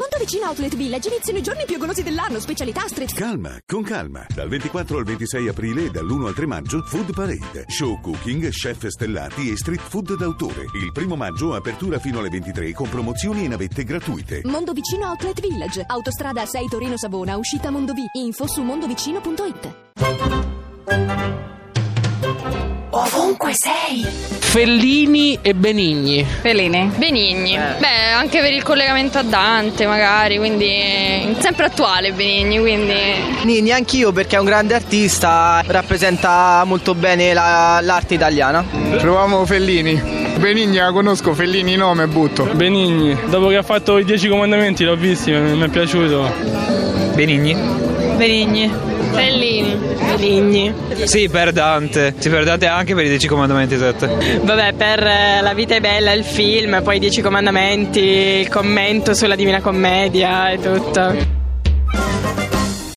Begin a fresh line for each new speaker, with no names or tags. Officina Outlet Village iniziano i giorni più golosi dell'anno, specialità street
Calma, con calma. Dal 24 al 26 aprile e dall'1 al 3 maggio, Food Parade, show cooking, chef stellati e street food d'autore. Il primo maggio apertura fino alle 23 con promozioni e navette gratuite.
Mondovicino Outlet Village, autostrada 6 Torino Savona, uscita Mondovì, info su mondovicino.it.
Ovunque sei.
Fellini e Benigni.
Pelini.
Benigni. Beh, anche per il collegamento a Dante, magari, quindi eh, sempre attuale Benigni, quindi
Nini, anch'io perché è un grande artista, rappresenta molto bene la- l'arte italiana.
Proviamo Fellini. Benigni la conosco, Fellini nome butto.
Benigni, dopo che ha fatto i Dieci comandamenti l'ho visto, mi mi è piaciuto.
Benigni?
Benigni.
Fellini.
Benigni.
Sì, per Dante. Sì, per Dante anche per i Dieci Comandamenti esatto.
Vabbè, per eh, La vita è bella, il film, poi i Dieci Comandamenti, il commento sulla Divina Commedia e tutto.